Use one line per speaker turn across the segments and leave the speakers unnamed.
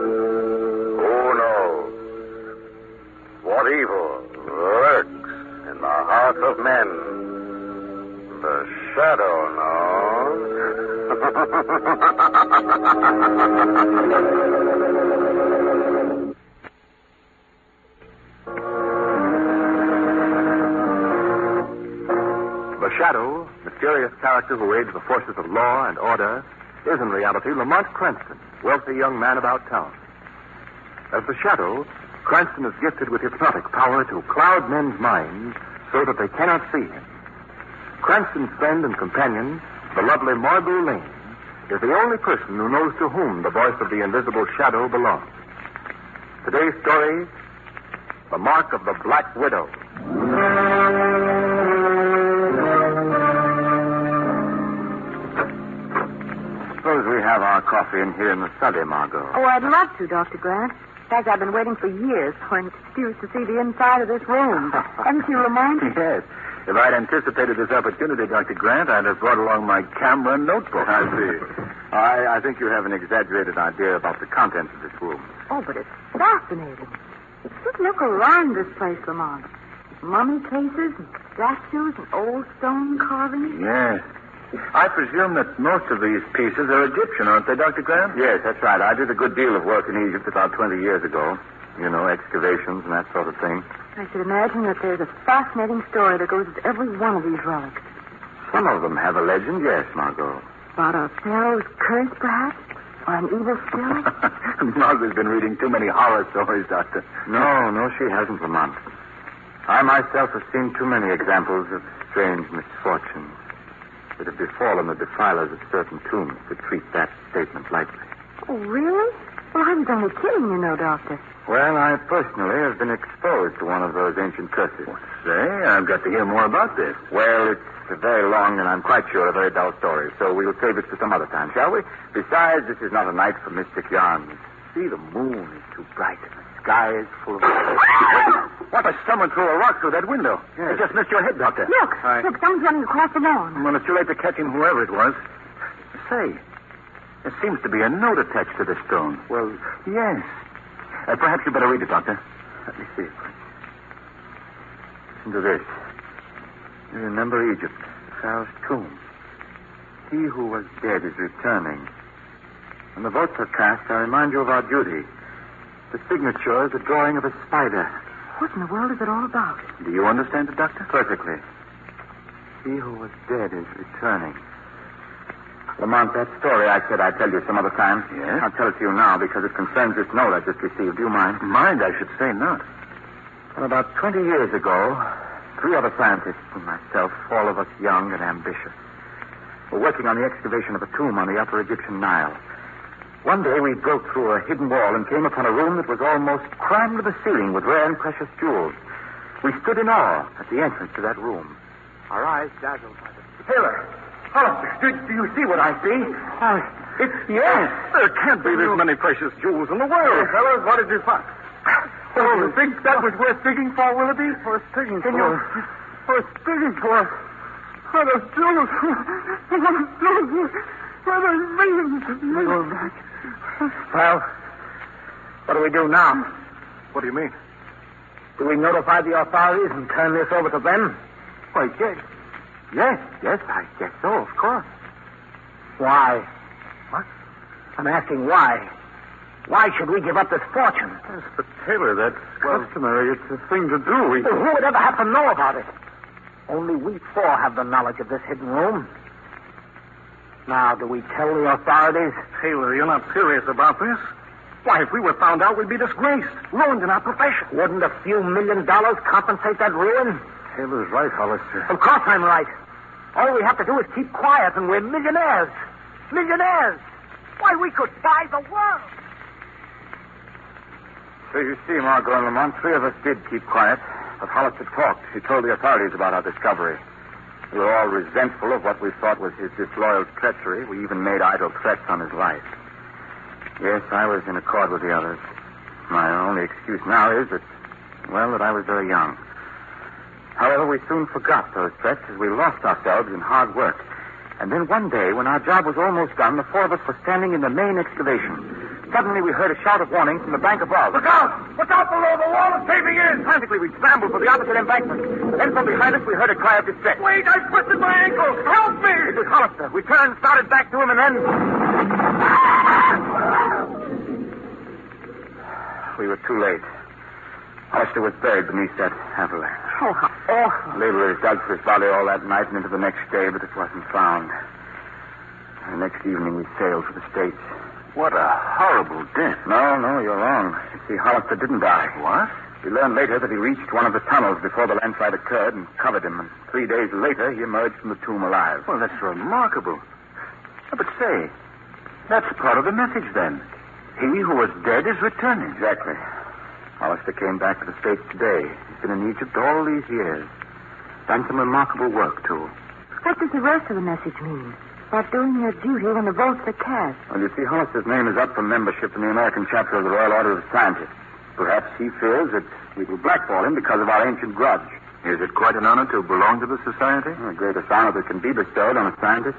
Who knows what evil lurks in the hearts of men? The shadow knows.
The Shadow, mysterious character who aids the forces of law and order, is in reality Lamont Cranston, wealthy young man about town. As the Shadow, Cranston is gifted with hypnotic power to cloud men's minds so that they cannot see him. Cranston's friend and companion, the lovely Margot Lane, is the only person who knows to whom the voice of the invisible Shadow belongs. Today's story, The Mark of the Black Widow. Suppose we have our coffee in here in the study, Margot.
Oh, I'd love to, Dr. Grant. In fact, I've been waiting for years for an excuse to see the inside of this room. Haven't you, Lamont?
Yes. If I'd anticipated this opportunity, Dr. Grant, I'd have brought along my camera and notebook. I see. I, I think you have an exaggerated idea about the contents of this room.
Oh, but it's fascinating. Just look around this place, Lamont. Mummy cases and statues and old stone carvings.
Yes. I presume that most of these pieces are Egyptian, aren't they, Dr. Grant? Yes, that's right. I did a good deal of work in Egypt about 20 years ago. You know, excavations and that sort of thing.
I should imagine that there's a fascinating story that goes with every one of these relics.
Some of them have a legend, yes, Margot.
About a pharaoh's curse, perhaps? Or an evil spirit?
Margaret's been reading too many horror stories, Doctor. No, no, she hasn't, Lamont. I myself have seen too many examples of strange misfortunes that have befallen the defilers of certain tombs to treat that statement lightly.
oh, really? Well, I was only kidding, you know, Doctor.
Well, I personally have been exposed to one of those ancient curses. say, I've got to hear more about this. Well, it's a very long and I'm quite sure a very dull story, so we'll save it for some other time, shall we? Besides, this is not a night for mystic yarns. See, the moon is too bright and the sky is full of... what? But someone threw a rock through that window. Yes. It just missed your head, Doctor.
Look, look, someone's running across the lawn.
Well, it's too late to catch him, whoever it was. Say, there seems to be a note attached to this stone. Well, yes. Uh, perhaps you better read it, Doctor. Let me see. Listen to this. You remember Egypt, Pharaoh's tomb. He who was dead is returning. When the votes are cast, I remind you of our duty. The signature is the drawing of a spider.
What in the world is it all about?
Do you understand it, Doctor? Perfectly. He who was dead is returning. Lamont, that story I said I'd tell you some other time. Yes? I'll tell it to you now because it concerns this note I just received. Do you mind? Mind? I should say not. Well, about 20 years ago, three other scientists and myself, all of us young and ambitious, were working on the excavation of a tomb on the upper Egyptian Nile. One day we broke through a hidden wall and came upon a room that was almost crammed to the ceiling with rare and precious jewels. We stood in awe at the entrance to that room, our eyes dazzled by the. Taylor! Hollister, do, do you see what I see? it's yes. Oh, There can't be this many precious jewels in the world. fellas, what did you find? Oh, you think that was worth digging for, Willoughby? Worth digging for? Worth digging for? What a jewels! What a jewels! What a millions! Well, what do we do now? What do you mean? Do we notify the authorities and turn this over to them? Why, yes. Yes, yes, I guess so, of course. Why? What? I'm asking why. Why should we give up this fortune? Yes, but Taylor, that's customary. It's a thing to do. We...
Well, who would ever have to know about it? Only we four have the knowledge of this hidden room. Now, do we tell the authorities?
Taylor, you're not serious about this. Why, if we were found out, we'd be disgraced, ruined in our profession.
Wouldn't a few million dollars compensate that ruin?
Taylor's right, Hollister.
Of course I'm right. All we have to do is keep quiet, and we're millionaires. Millionaires! Why, we could buy the world!
So you see, Margot and Lamont, three of us did keep quiet, but Hollister talked. He told the authorities about our discovery. We were all resentful of what we thought was his disloyal treachery. We even made idle threats on his life. Yes, I was in accord with the others. My only excuse now is that, well, that I was very young. However, we soon forgot those threats as we lost ourselves in hard work. And then one day, when our job was almost done, the four of us were standing in the main excavation. Suddenly, we heard a shout of warning from the bank above. Look out! Look out below! The wall is caving in! Frantically, we scrambled for the opposite embankment. Then, from behind us, we heard a cry of distress. Wait! I twisted my ankle! Help me! It was Hollister. We turned, started back to him, and then... We were too late. Hollister was buried beneath that avalanche.
Oh, how awful.
Laborers dug for his body all that night and into the next day, but it wasn't found. The next evening we sailed for the States.
What a horrible death.
No, no, you're wrong. You see, Hollister didn't die.
What?
We learned later that he reached one of the tunnels before the landslide occurred and covered him, and three days later he emerged from the tomb alive.
Well, that's remarkable. Yeah, but say, that's part of the message then. He who was dead is returning.
Exactly. Hollister came back to the States today. He's been in Egypt all these years. Done some remarkable work, too.
What does the rest of the message mean? About doing your duty when the votes are cast.
Well, you see, Hollister's name is up for membership in the American chapter of the Royal Order of Scientists. Perhaps he fears that we will blackball him because of our ancient grudge.
Is it quite an honor to belong to the society?
The greatest honor that can be bestowed on a scientist.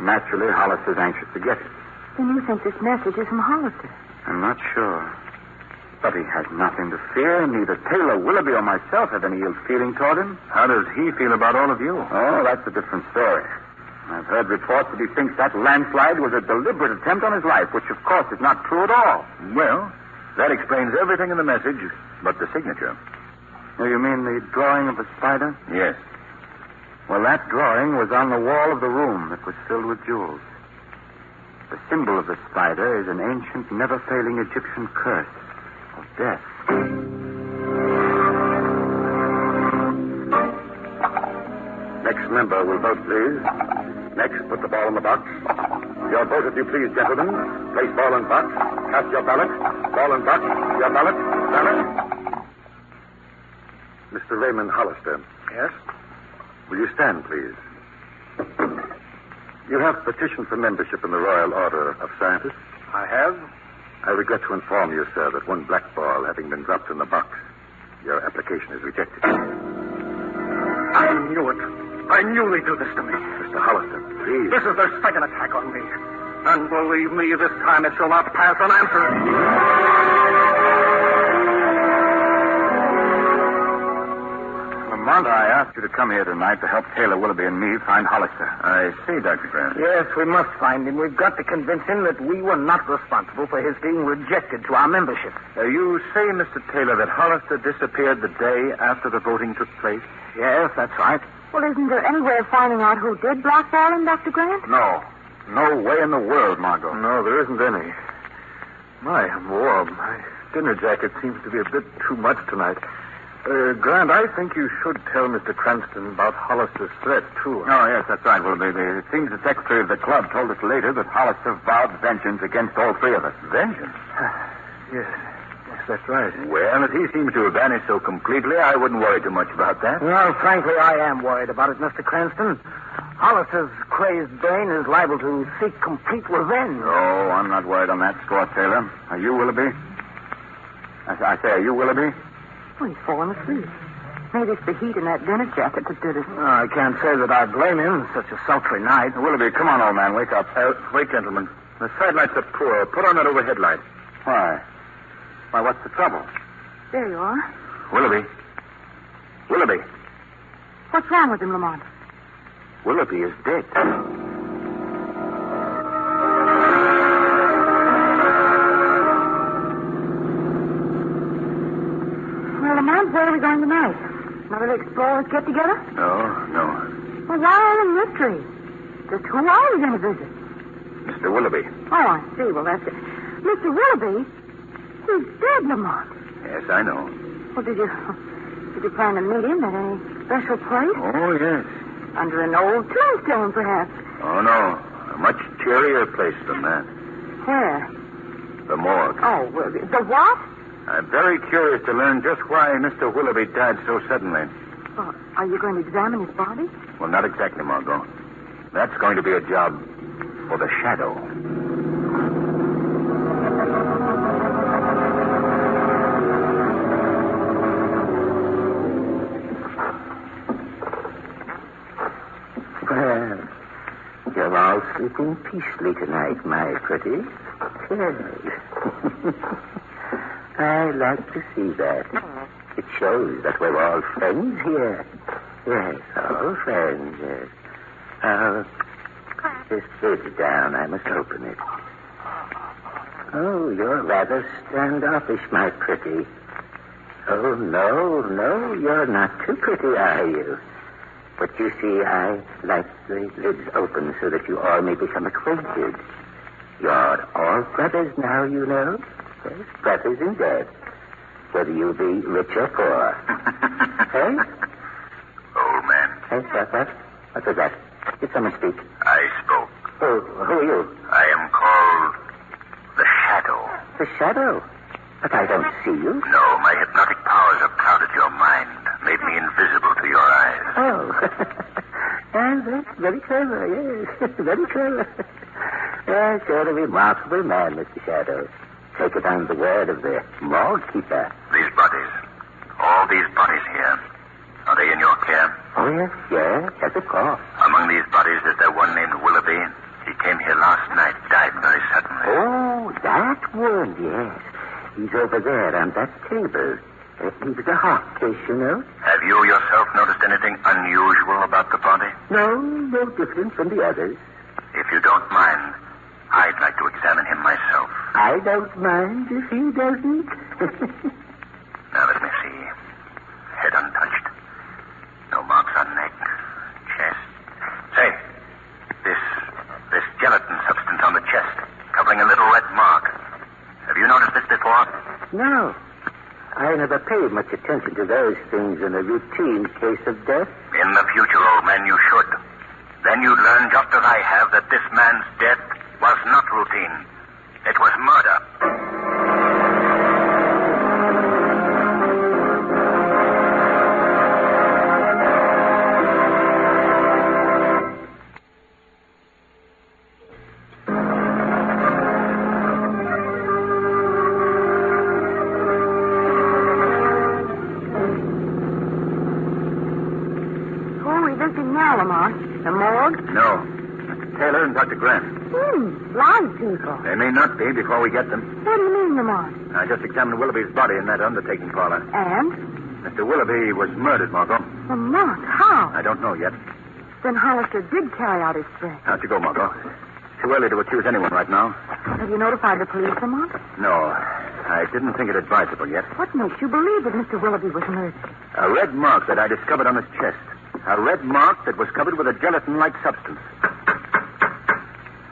Naturally, Hollister's anxious to get it.
Then you think this message is from Hollister.
I'm not sure. But he has nothing to fear. Neither Taylor, Willoughby, or myself have any ill feeling toward him.
How does he feel about all of you?
Oh, that's a different story. I've heard reports that he thinks that landslide was a deliberate attempt on his life, which, of course, is not true at all.
Well, that explains everything in the message but the signature.
Oh, You mean the drawing of the spider?
Yes.
Well, that drawing was on the wall of the room that was filled with jewels. The symbol of the spider is an ancient, never failing Egyptian curse of death.
Next member will vote, please. Next, put the ball in the box. Your vote, if you please, gentlemen. Place ball in box. Cast your ballot. Ball in box. Your ballot. Ballot. Mr. Raymond Hollister. Yes? Will you stand, please? You have petitioned for membership in the Royal Order of Scientists? I have. I regret to inform you, sir, that one black ball having been dropped in the box, your application is rejected.
I knew it. I knew they'd do this to me.
Mr. Hollister, please.
This is their second attack on me. And believe me, this time it shall not pass unanswered.
Lamont, I asked you to come here tonight to help Taylor Willoughby and me find Hollister.
I see, Dr. Grant.
Yes, we must find him. We've got to convince him that we were not responsible for his being rejected to our membership.
Uh, you say, Mr. Taylor, that Hollister disappeared the day after the voting took place?
Yes, that's right.
Well, isn't there any way of finding out who did blackball him, Dr. Grant?
No. No way in the world, Margot.
No, there isn't any. My, I'm warm. My dinner jacket seems to be a bit too much tonight. Uh, Grant, I think you should tell Mr. Cranston about Hollister's threat, too.
Oh, yes, that's right, Willoughby. The- It seems the secretary of the club told us later that Hollister vowed vengeance against all three of us.
Vengeance?
Uh,
Yes. Yes, that's right.
Well, if he seems to have vanished so completely, I wouldn't worry too much about that.
Well, frankly, I am worried about it, Mr. Cranston. Hollister's crazed brain is liable to seek complete revenge.
Oh, I'm not worried on that score, Taylor. Are you, Willoughby? I, I say, are you, Willoughby?
Well, he's fallen asleep. Maybe it's the heat in that dinner jacket that did it.
I can't say that I blame him. Such a sultry night.
Willoughby, come on, old man, wake up.
Uh, wait, gentlemen. The side lights are poor. Put on that overhead light.
Why? Why, what's the trouble?
There you are.
Willoughby. Willoughby.
What's wrong with him, Lamont?
Willoughby is dead.
Well, Lamont, where are we going tonight? Another explorers get together?
No, no.
Well, why all the mystery? Just who are we going to visit?
Mr. Willoughby.
Oh, I see. Well, that's it. Mr. Willoughby? He's dead, Lamont.
Yes, I know.
Well, did you did you plan to meet him at any special place?
Oh, yes.
Under an old tombstone, perhaps.
Oh, no. A much cheerier place than that.
Where?
The morgue.
Oh, well, the what?
I'm very curious to learn just why Mr. Willoughby died so suddenly.
Well, Oh, are you going to examine his body?
Well, not exactly, Margot. That's going to be a job for the shadow.
sleeping peacefully tonight, my pretty. Good. I like to see that. It shows that we're all friends here. Yes, all friends, yes. Uh, just sit it down. I must open it. Oh, you're rather standoffish, my pretty. Oh, no, no, you're not too pretty, are you? But you see, I like the lids open so that you all may become acquainted. You're all brothers now, you know. Yes, brothers in debt. Whether you be rich or poor. hey?
Old man,
Hey, what, what? What was that? Did someone speak?
I spoke.
Oh, who are you?
I am called the Shadow.
The shadow. But I don't see you.
No, my hypnotic powers have clouded your mind, made me invisible to your eyes.
Oh. and that's very clever, yes. very clever. Yes, you're a remarkable man, Mr. Shadow. Take it on the word of the mall keeper.
These bodies, all these bodies here, are they in your care?
Oh, yes, yes, yes, of course.
Among these bodies is there one named Willoughby. He came here last night, died very suddenly.
Oh, that one, yes. He's over there on that table. Uh, He was a hot case, you know.
Have you yourself noticed anything unusual about the body?
No, no different from the others.
If you don't mind, I'd like to examine him myself.
I don't mind if he doesn't.
Now let me see. Head untouched. No marks on neck, chest. Say, this this gelatin substance on the chest, covering a little red mark. Have you noticed this before?
No. I never pay much attention to those things in a routine case of death.
In the future, old man, you should. Then you'd learn, just as I have, that this man's death was not routine. It was murder.
Who are we visiting now, Lamont? The morgue?
No. Mr. Taylor and Dr. Grant.
Hmm, live people.
They may not be before we get them.
What do you mean, Lamont?
I just examined Willoughby's body in that undertaking parlor.
And?
Mr. Willoughby was murdered, Margot.
Lamont, how?
I don't know yet.
Then Hollister did carry out his threat.
How'd you go, Margot? Too early to accuse anyone right now.
Have you notified the police, Lamont?
No, I didn't think it advisable yet.
What makes you believe that Mr. Willoughby was murdered?
A red mark that I discovered on his chest. A red mark that was covered with a gelatin-like substance.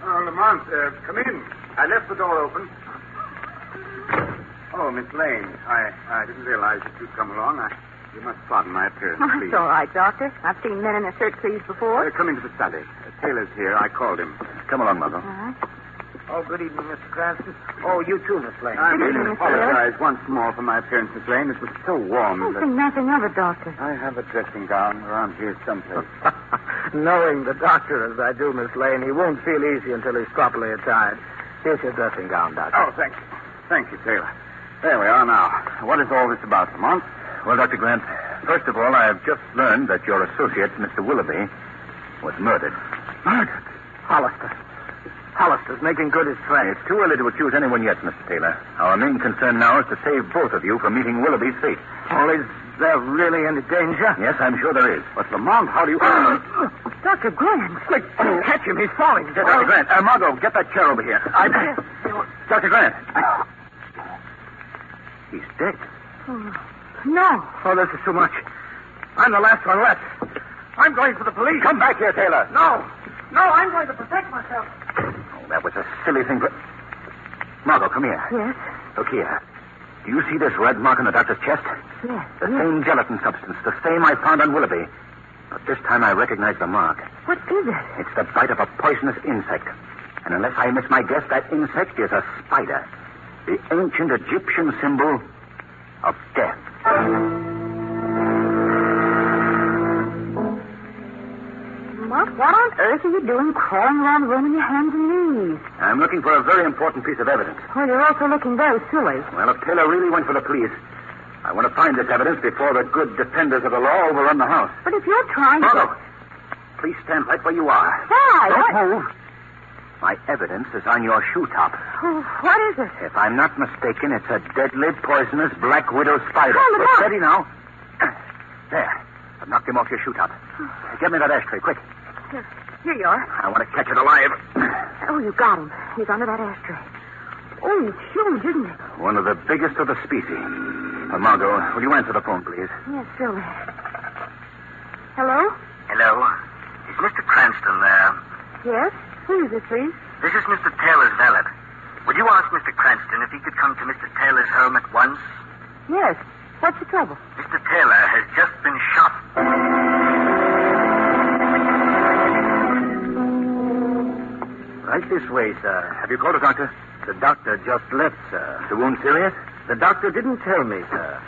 Oh, Lamont, uh, come in. I left the door open. Oh, Miss Lane, I, I didn't realize that you'd come along. I, you must pardon my appearance,
Oh,
please.
it's all right, Doctor. I've seen men in their shirt sleeves before.
Uh, come into the study. Uh, Taylor's here. I called him.
Come along, Margot.
All right.
Oh, good evening, Mr. Cranston. Oh, you too, Miss Lane.
I
Good
really
evening, Mr.
apologize once more for my appearance, Miss Lane. It was so warm
Don't
that
think nothing of it, Doctor.
I have a dressing gown around here someplace.
Knowing the doctor as I do, Miss Lane, he won't feel easy until he's properly attired. Here's your dressing gown, Doctor.
oh, thank you. Thank you, Taylor. There we are now. What is all this about, Lamont?
Well, Dr. Grant, first of all, I have just learned that your associate, Mr. Willoughby, was murdered. Murdered?
Hollister. Hollister's making good his
And
threat.
it's too early to accuse anyone yet, Mr. Taylor. Our main concern now is to save both of you from meeting Willoughby's fate.
Oh, is there really any danger?
Yes, I'm sure there is.
But, Lamont, how do you...
Dr. Oh, Grant.
Quick, catch him. Oh, He's falling.
Dr. Grant, uh, Margot, get that chair over here. I... Dr. Grant. I... He's dead.
No.
Oh, this is too much. I'm the last one left. I'm going for the police.
Come back here, Taylor.
No. No, I'm going to protect myself.
Oh, that was a silly thing. For... Margot, come here.
Yes.
Look here. Do you see this red mark on the doctor's chest?
Yes.
The same gelatin substance, the same I found on Willoughby. But this time I recognize the mark.
What is it?
It's the bite of a poisonous insect. And unless I miss my guess, that insect is a spider. The ancient Egyptian symbol of death.
Lamont, what on earth are you doing crawling around the room on your hands and knees?
I'm looking for a very important piece of evidence.
Well, you're also looking very silly.
Well, if Taylor really went for the police, I want to find this evidence before the good defenders of the law overrun the house.
But if you're trying to...
Margot, please stand right where you are.
Why?
Don't
What?
move. My evidence is on your shoe top.
Oh, what is it?
If I'm not mistaken, it's a deadly, poisonous black widow spider.
Hold it
But
up.
Steady now. There. I've knocked him off your shoe top. Get me that ashtray, quick.
Here, here you are.
I want to catch it alive.
Oh, you got him. He's under that ashtray. Oh, it's huge, isn't it?
One of the biggest of the species. Uh, Margot, will you answer the phone, please?
Yes, surely. Hello?
Hello. Is Mr. Cranston there?
Yes? Who is it, please?
This is Mr. Taylor's valet. Would you ask Mr. Cranston if he could come to Mr. Taylor's home at once?
Yes. What's the trouble?
Mr. Taylor has just been shot. Right this way, sir. Have you called a doctor? The doctor just left, sir. The wound serious? The doctor didn't tell me, sir.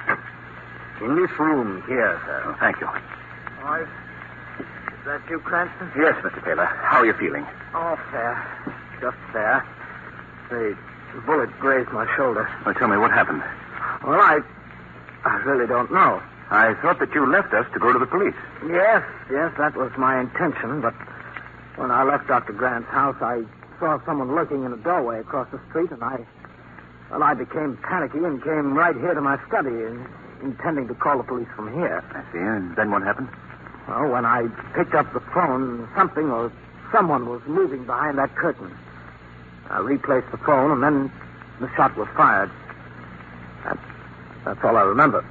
In this room here, sir. thank you.
All right. Is that you, Cranston?
Yes, Mr. Taylor. How are you feeling?
Oh, fair. Just fair. The bullet grazed my shoulder.
Well, tell me what happened.
Well, I. I really don't know.
I thought that you left us to go to the police.
Yes, yes, that was my intention, but when I left Dr. Grant's house, I saw someone lurking in a doorway across the street, and I. Well, I became panicky and came right here to my study, in- intending to call the police from here.
I see. And then what happened?
Well, when I picked up the phone, something or someone was moving behind that curtain. I replaced the phone, and then the shot was fired. That, that's all I remember.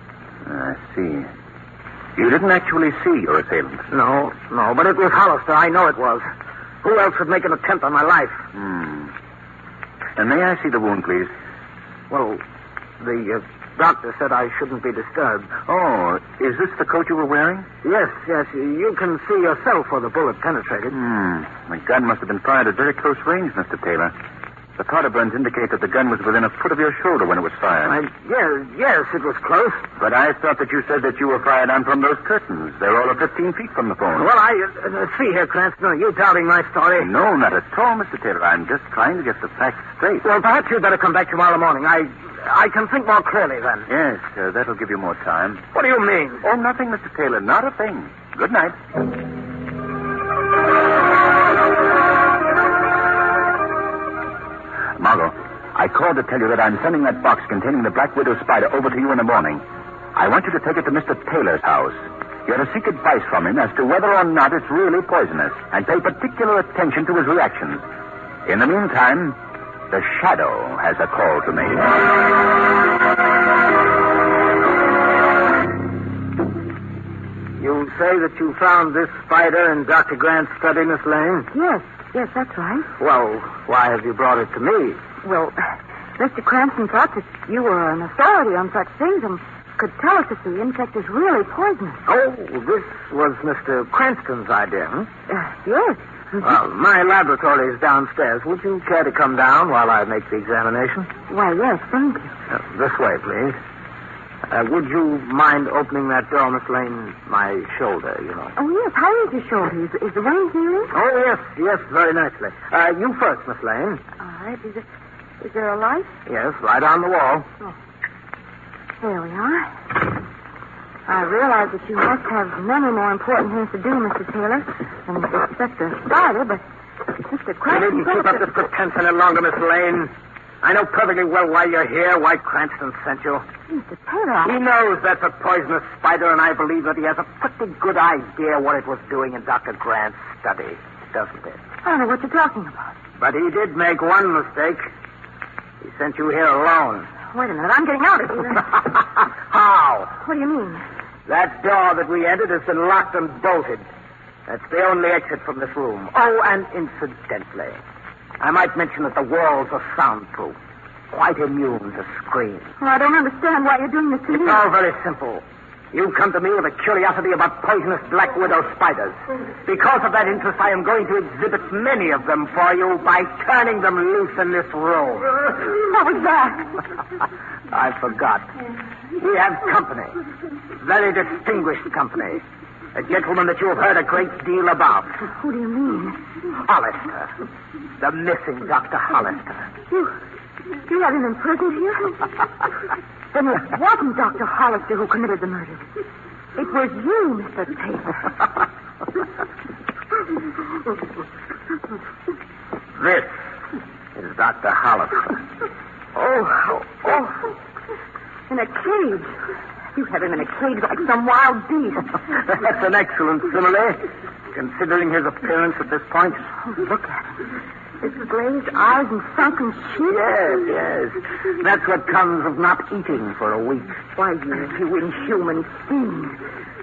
I see. You didn't actually see your assailant.
No, no, but it was Hollister. I know it was. Who else would make an attempt on my life?
Hmm. And may I see the wound, please?
Well, the uh, doctor said I shouldn't be disturbed.
Oh, is this the coat you were wearing?
Yes, yes, you can see yourself where the bullet penetrated.
Hmm. The gun must have been fired at very close range, Mr. Taylor. The powder burns indicate that the gun was within a foot of your shoulder when it was fired.
I, yes, yes, it was close.
But I thought that you said that you were fired on from those curtains. They're all of 15 feet from the phone.
Well, I uh, uh, see here, Cranston. Are you doubting my story?
No, not at all, Mr. Taylor. I'm just trying to get the facts straight.
Well, perhaps you'd better come back tomorrow morning. I, I can think more clearly then.
Yes, uh, that'll give you more time.
What do you mean?
Oh, nothing, Mr. Taylor. Not a thing. Good night. Margot, I called to tell you that I'm sending that box containing the Black Widow spider over to you in the morning. I want you to take it to Mr. Taylor's house. You're to seek advice from him as to whether or not it's really poisonous and pay particular attention to his reactions. In the meantime, the shadow has a call to make.
You say that you found this spider in Dr. Grant's study, Miss Lane?
Yes, yes, that's right.
Well, why have you brought it to me?
Well, Mr. Cranston thought that you were an authority on such things and could tell us if the insect is really poisonous.
Oh, this was Mr. Cranston's idea, hmm?
Uh, yes.
Well, my laboratory is downstairs. Would you care to come down while I make the examination?
Why, yes, thank you.
Uh, this way, please. Uh, would you mind opening that door, Miss Lane? My shoulder, you know.
Oh, yes, how is your shoulder? Is, is the rain healing?
Oh, yes, yes, very nicely. Uh, you first, Miss Lane.
All right. Is, it, is there a light?
Yes, right on the wall.
There we are. I realize that you must have many more important things to do, Mr. Taylor, than suspect a spider, but Mr.
You
Cranston...
needn't keep up this pretense any longer, Miss Lane. I know perfectly well why you're here, why Cranston sent you.
Mr. Taylor,
He knows that's a poisonous spider, and I believe that he has a pretty good idea what it was doing in Dr. Grant's study, doesn't it?
I don't know what you're talking about.
But he did make one mistake. He sent you here alone.
Wait a minute, I'm getting out of here.
How?
what do you mean?
That door that we entered has been locked and bolted. That's the only exit from this room. Oh, and incidentally, I might mention that the walls are soundproof, quite immune to screams.
Well, I don't understand why you're doing this to me.
It's all very simple. You come to me with a curiosity about poisonous black widow spiders. Because of that interest, I am going to exhibit many of them for you by turning them loose in this room.
What was that?
I forgot. We have company. Very distinguished company. A gentleman that you have heard a great deal about.
Who do you mean?
Hollister. The missing Dr. Hollister.
You, you had him imprisoned here? then it wasn't Dr. Hollister who committed the murder. It was you, Mr. Taylor.
This is Dr. Hollister.
Oh, how awful. In a cage. You have him in a cage like some wild beast.
That's an excellent simile, considering his appearance at this point.
Look at him. His glazed eyes and sunken cheeks.
Yes, yes. That's what comes of not eating for a week.
Why, you, you inhuman fiend.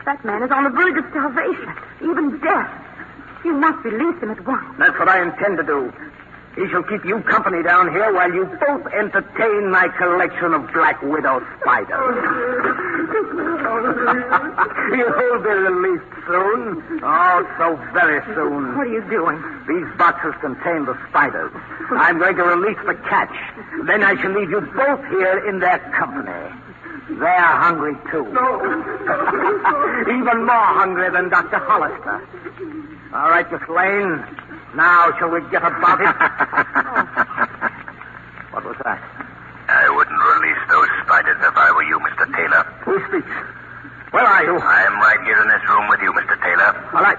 That man is on the verge of starvation, even death. You must release him at once.
That's what I intend to do. He shall keep you company down here while you both entertain my collection of black widow spiders. You'll be released soon. Oh, so very soon.
What are you doing?
These boxes contain the spiders. I'm going to release the catch. Then I shall leave you both here in their company. They're hungry, too. Even more hungry than Dr. Hollister. All right, Miss Lane. Now, shall we get about it? what was that?
I wouldn't release those spiders if I were you, Mr. Taylor.
Who speaks? Where are you?
I'm right here in this room with you, Mr. Taylor.
Well, I,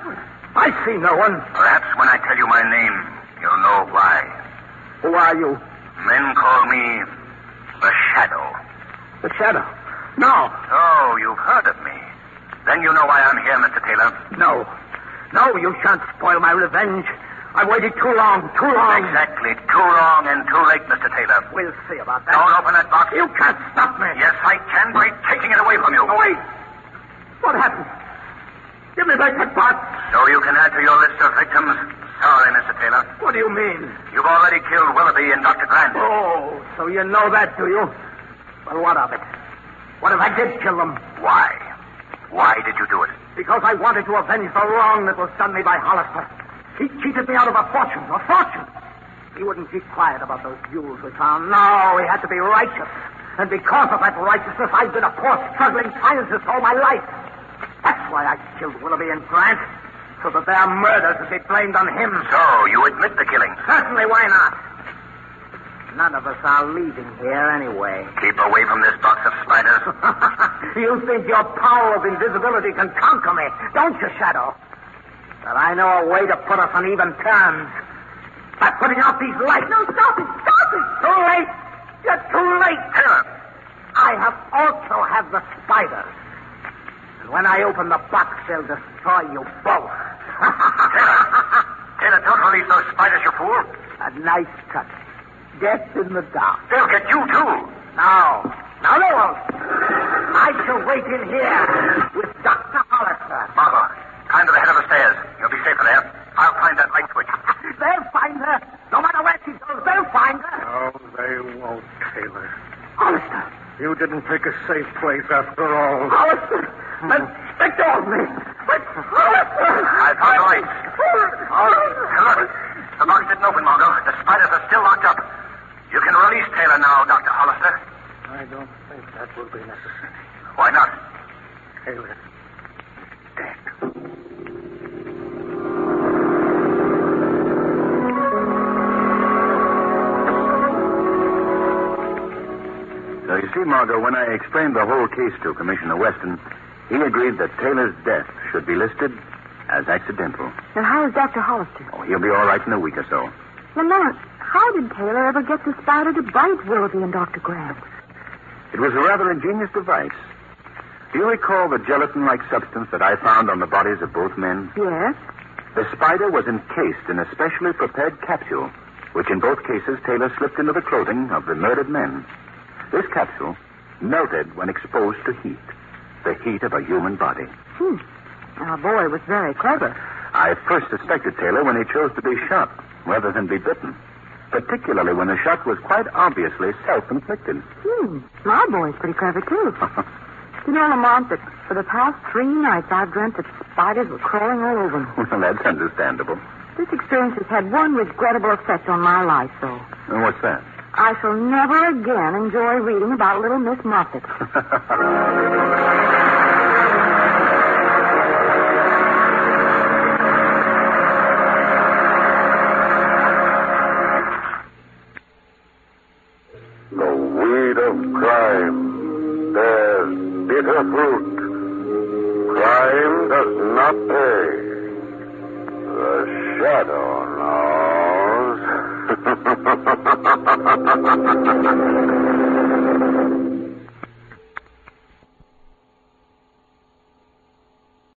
I see no one.
Perhaps when I tell you my name, you'll know why.
Who are you?
Men call me the Shadow.
The shadow. No.
Oh, you've heard of me. Then you know why I'm here, Mr. Taylor.
No. No, you shan't spoil my revenge. I waited too long, too long.
Exactly. Too long and too late, Mr. Taylor.
We'll see about that.
Don't open that box.
You can't stop me.
Yes, I can by taking it away from you.
Oh, wait. What happened? Give me back that box.
So you can add to your list of victims. Sorry, Mr. Taylor.
What do you mean?
You've already killed Willoughby and Dr. Grant.
Oh, so you know that, do you? Well, what of it? What if I did kill them?
Why? Why did you do it?
Because I wanted to avenge the wrong that was done me by Hollister. He cheated me out of a fortune, a fortune. He wouldn't keep quiet about those jewels we found. No, he had to be righteous. And because of that righteousness, I've been a poor, struggling scientist all my life. That's why I killed Willoughby and Grant, so that their murders would be blamed on him.
So you admit the killing?
Certainly, why not? None of us are leaving here anyway.
Keep away from this box of spiders.
you think your power of invisibility can conquer me, don't you, Shadow? But I know a way to put us on even terms. By putting out these lights.
No, stop it! Stop it!
Too late! You're too late!
Taylor!
I have also have the spiders. And when I open the box, they'll destroy you both.
Taylor! Taylor, don't release those spiders, you fool!
A nice touch death in the dark.
They'll get you, too.
No. No, they won't. I shall wait in here with Dr. Hollister.
Margot, climb to the head of the stairs. You'll be safer there. I'll find that light switch.
they'll find her. No matter where she goes, they'll find her.
No, they won't, Taylor.
Hollister.
You didn't pick a safe place after all. Hmm.
Hollister, let's stick on me. But Hollister!
I found the lights. Oh, look. The box didn't open, Margot. The spiders are still locked up. You can release Taylor now, Dr. Hollister.
I don't think that will be necessary.
Why not?
Taylor is dead.
So you see, Margot, when I explained the whole case to Commissioner Weston, he agreed that Taylor's death should be listed as accidental.
Now, how is Dr. Hollister?
Oh, he'll be all right in a week or so.
Lamont, how did Taylor ever get the spider to bite Willoughby and Dr. Grant?
It was a rather ingenious device. Do you recall the gelatin like substance that I found on the bodies of both men?
Yes.
The spider was encased in a specially prepared capsule, which in both cases Taylor slipped into the clothing of the murdered men. This capsule melted when exposed to heat, the heat of a human body.
Hmm. Our boy was very clever.
I first suspected Taylor when he chose to be shot rather than be bitten, particularly when the shot was quite obviously self inflicted.
Hmm. My boy's pretty clever, too. you know, Lamont, that for the past three nights I've dreamt that spiders were crawling all over me.
well, that's understandable.
This experience has had one regrettable effect on my life, though.
And what's that?
I shall never again enjoy reading about little Miss Moffat.
The weed of crime bears bitter fruit. Crime does not pay. The shadow knows.
Grant.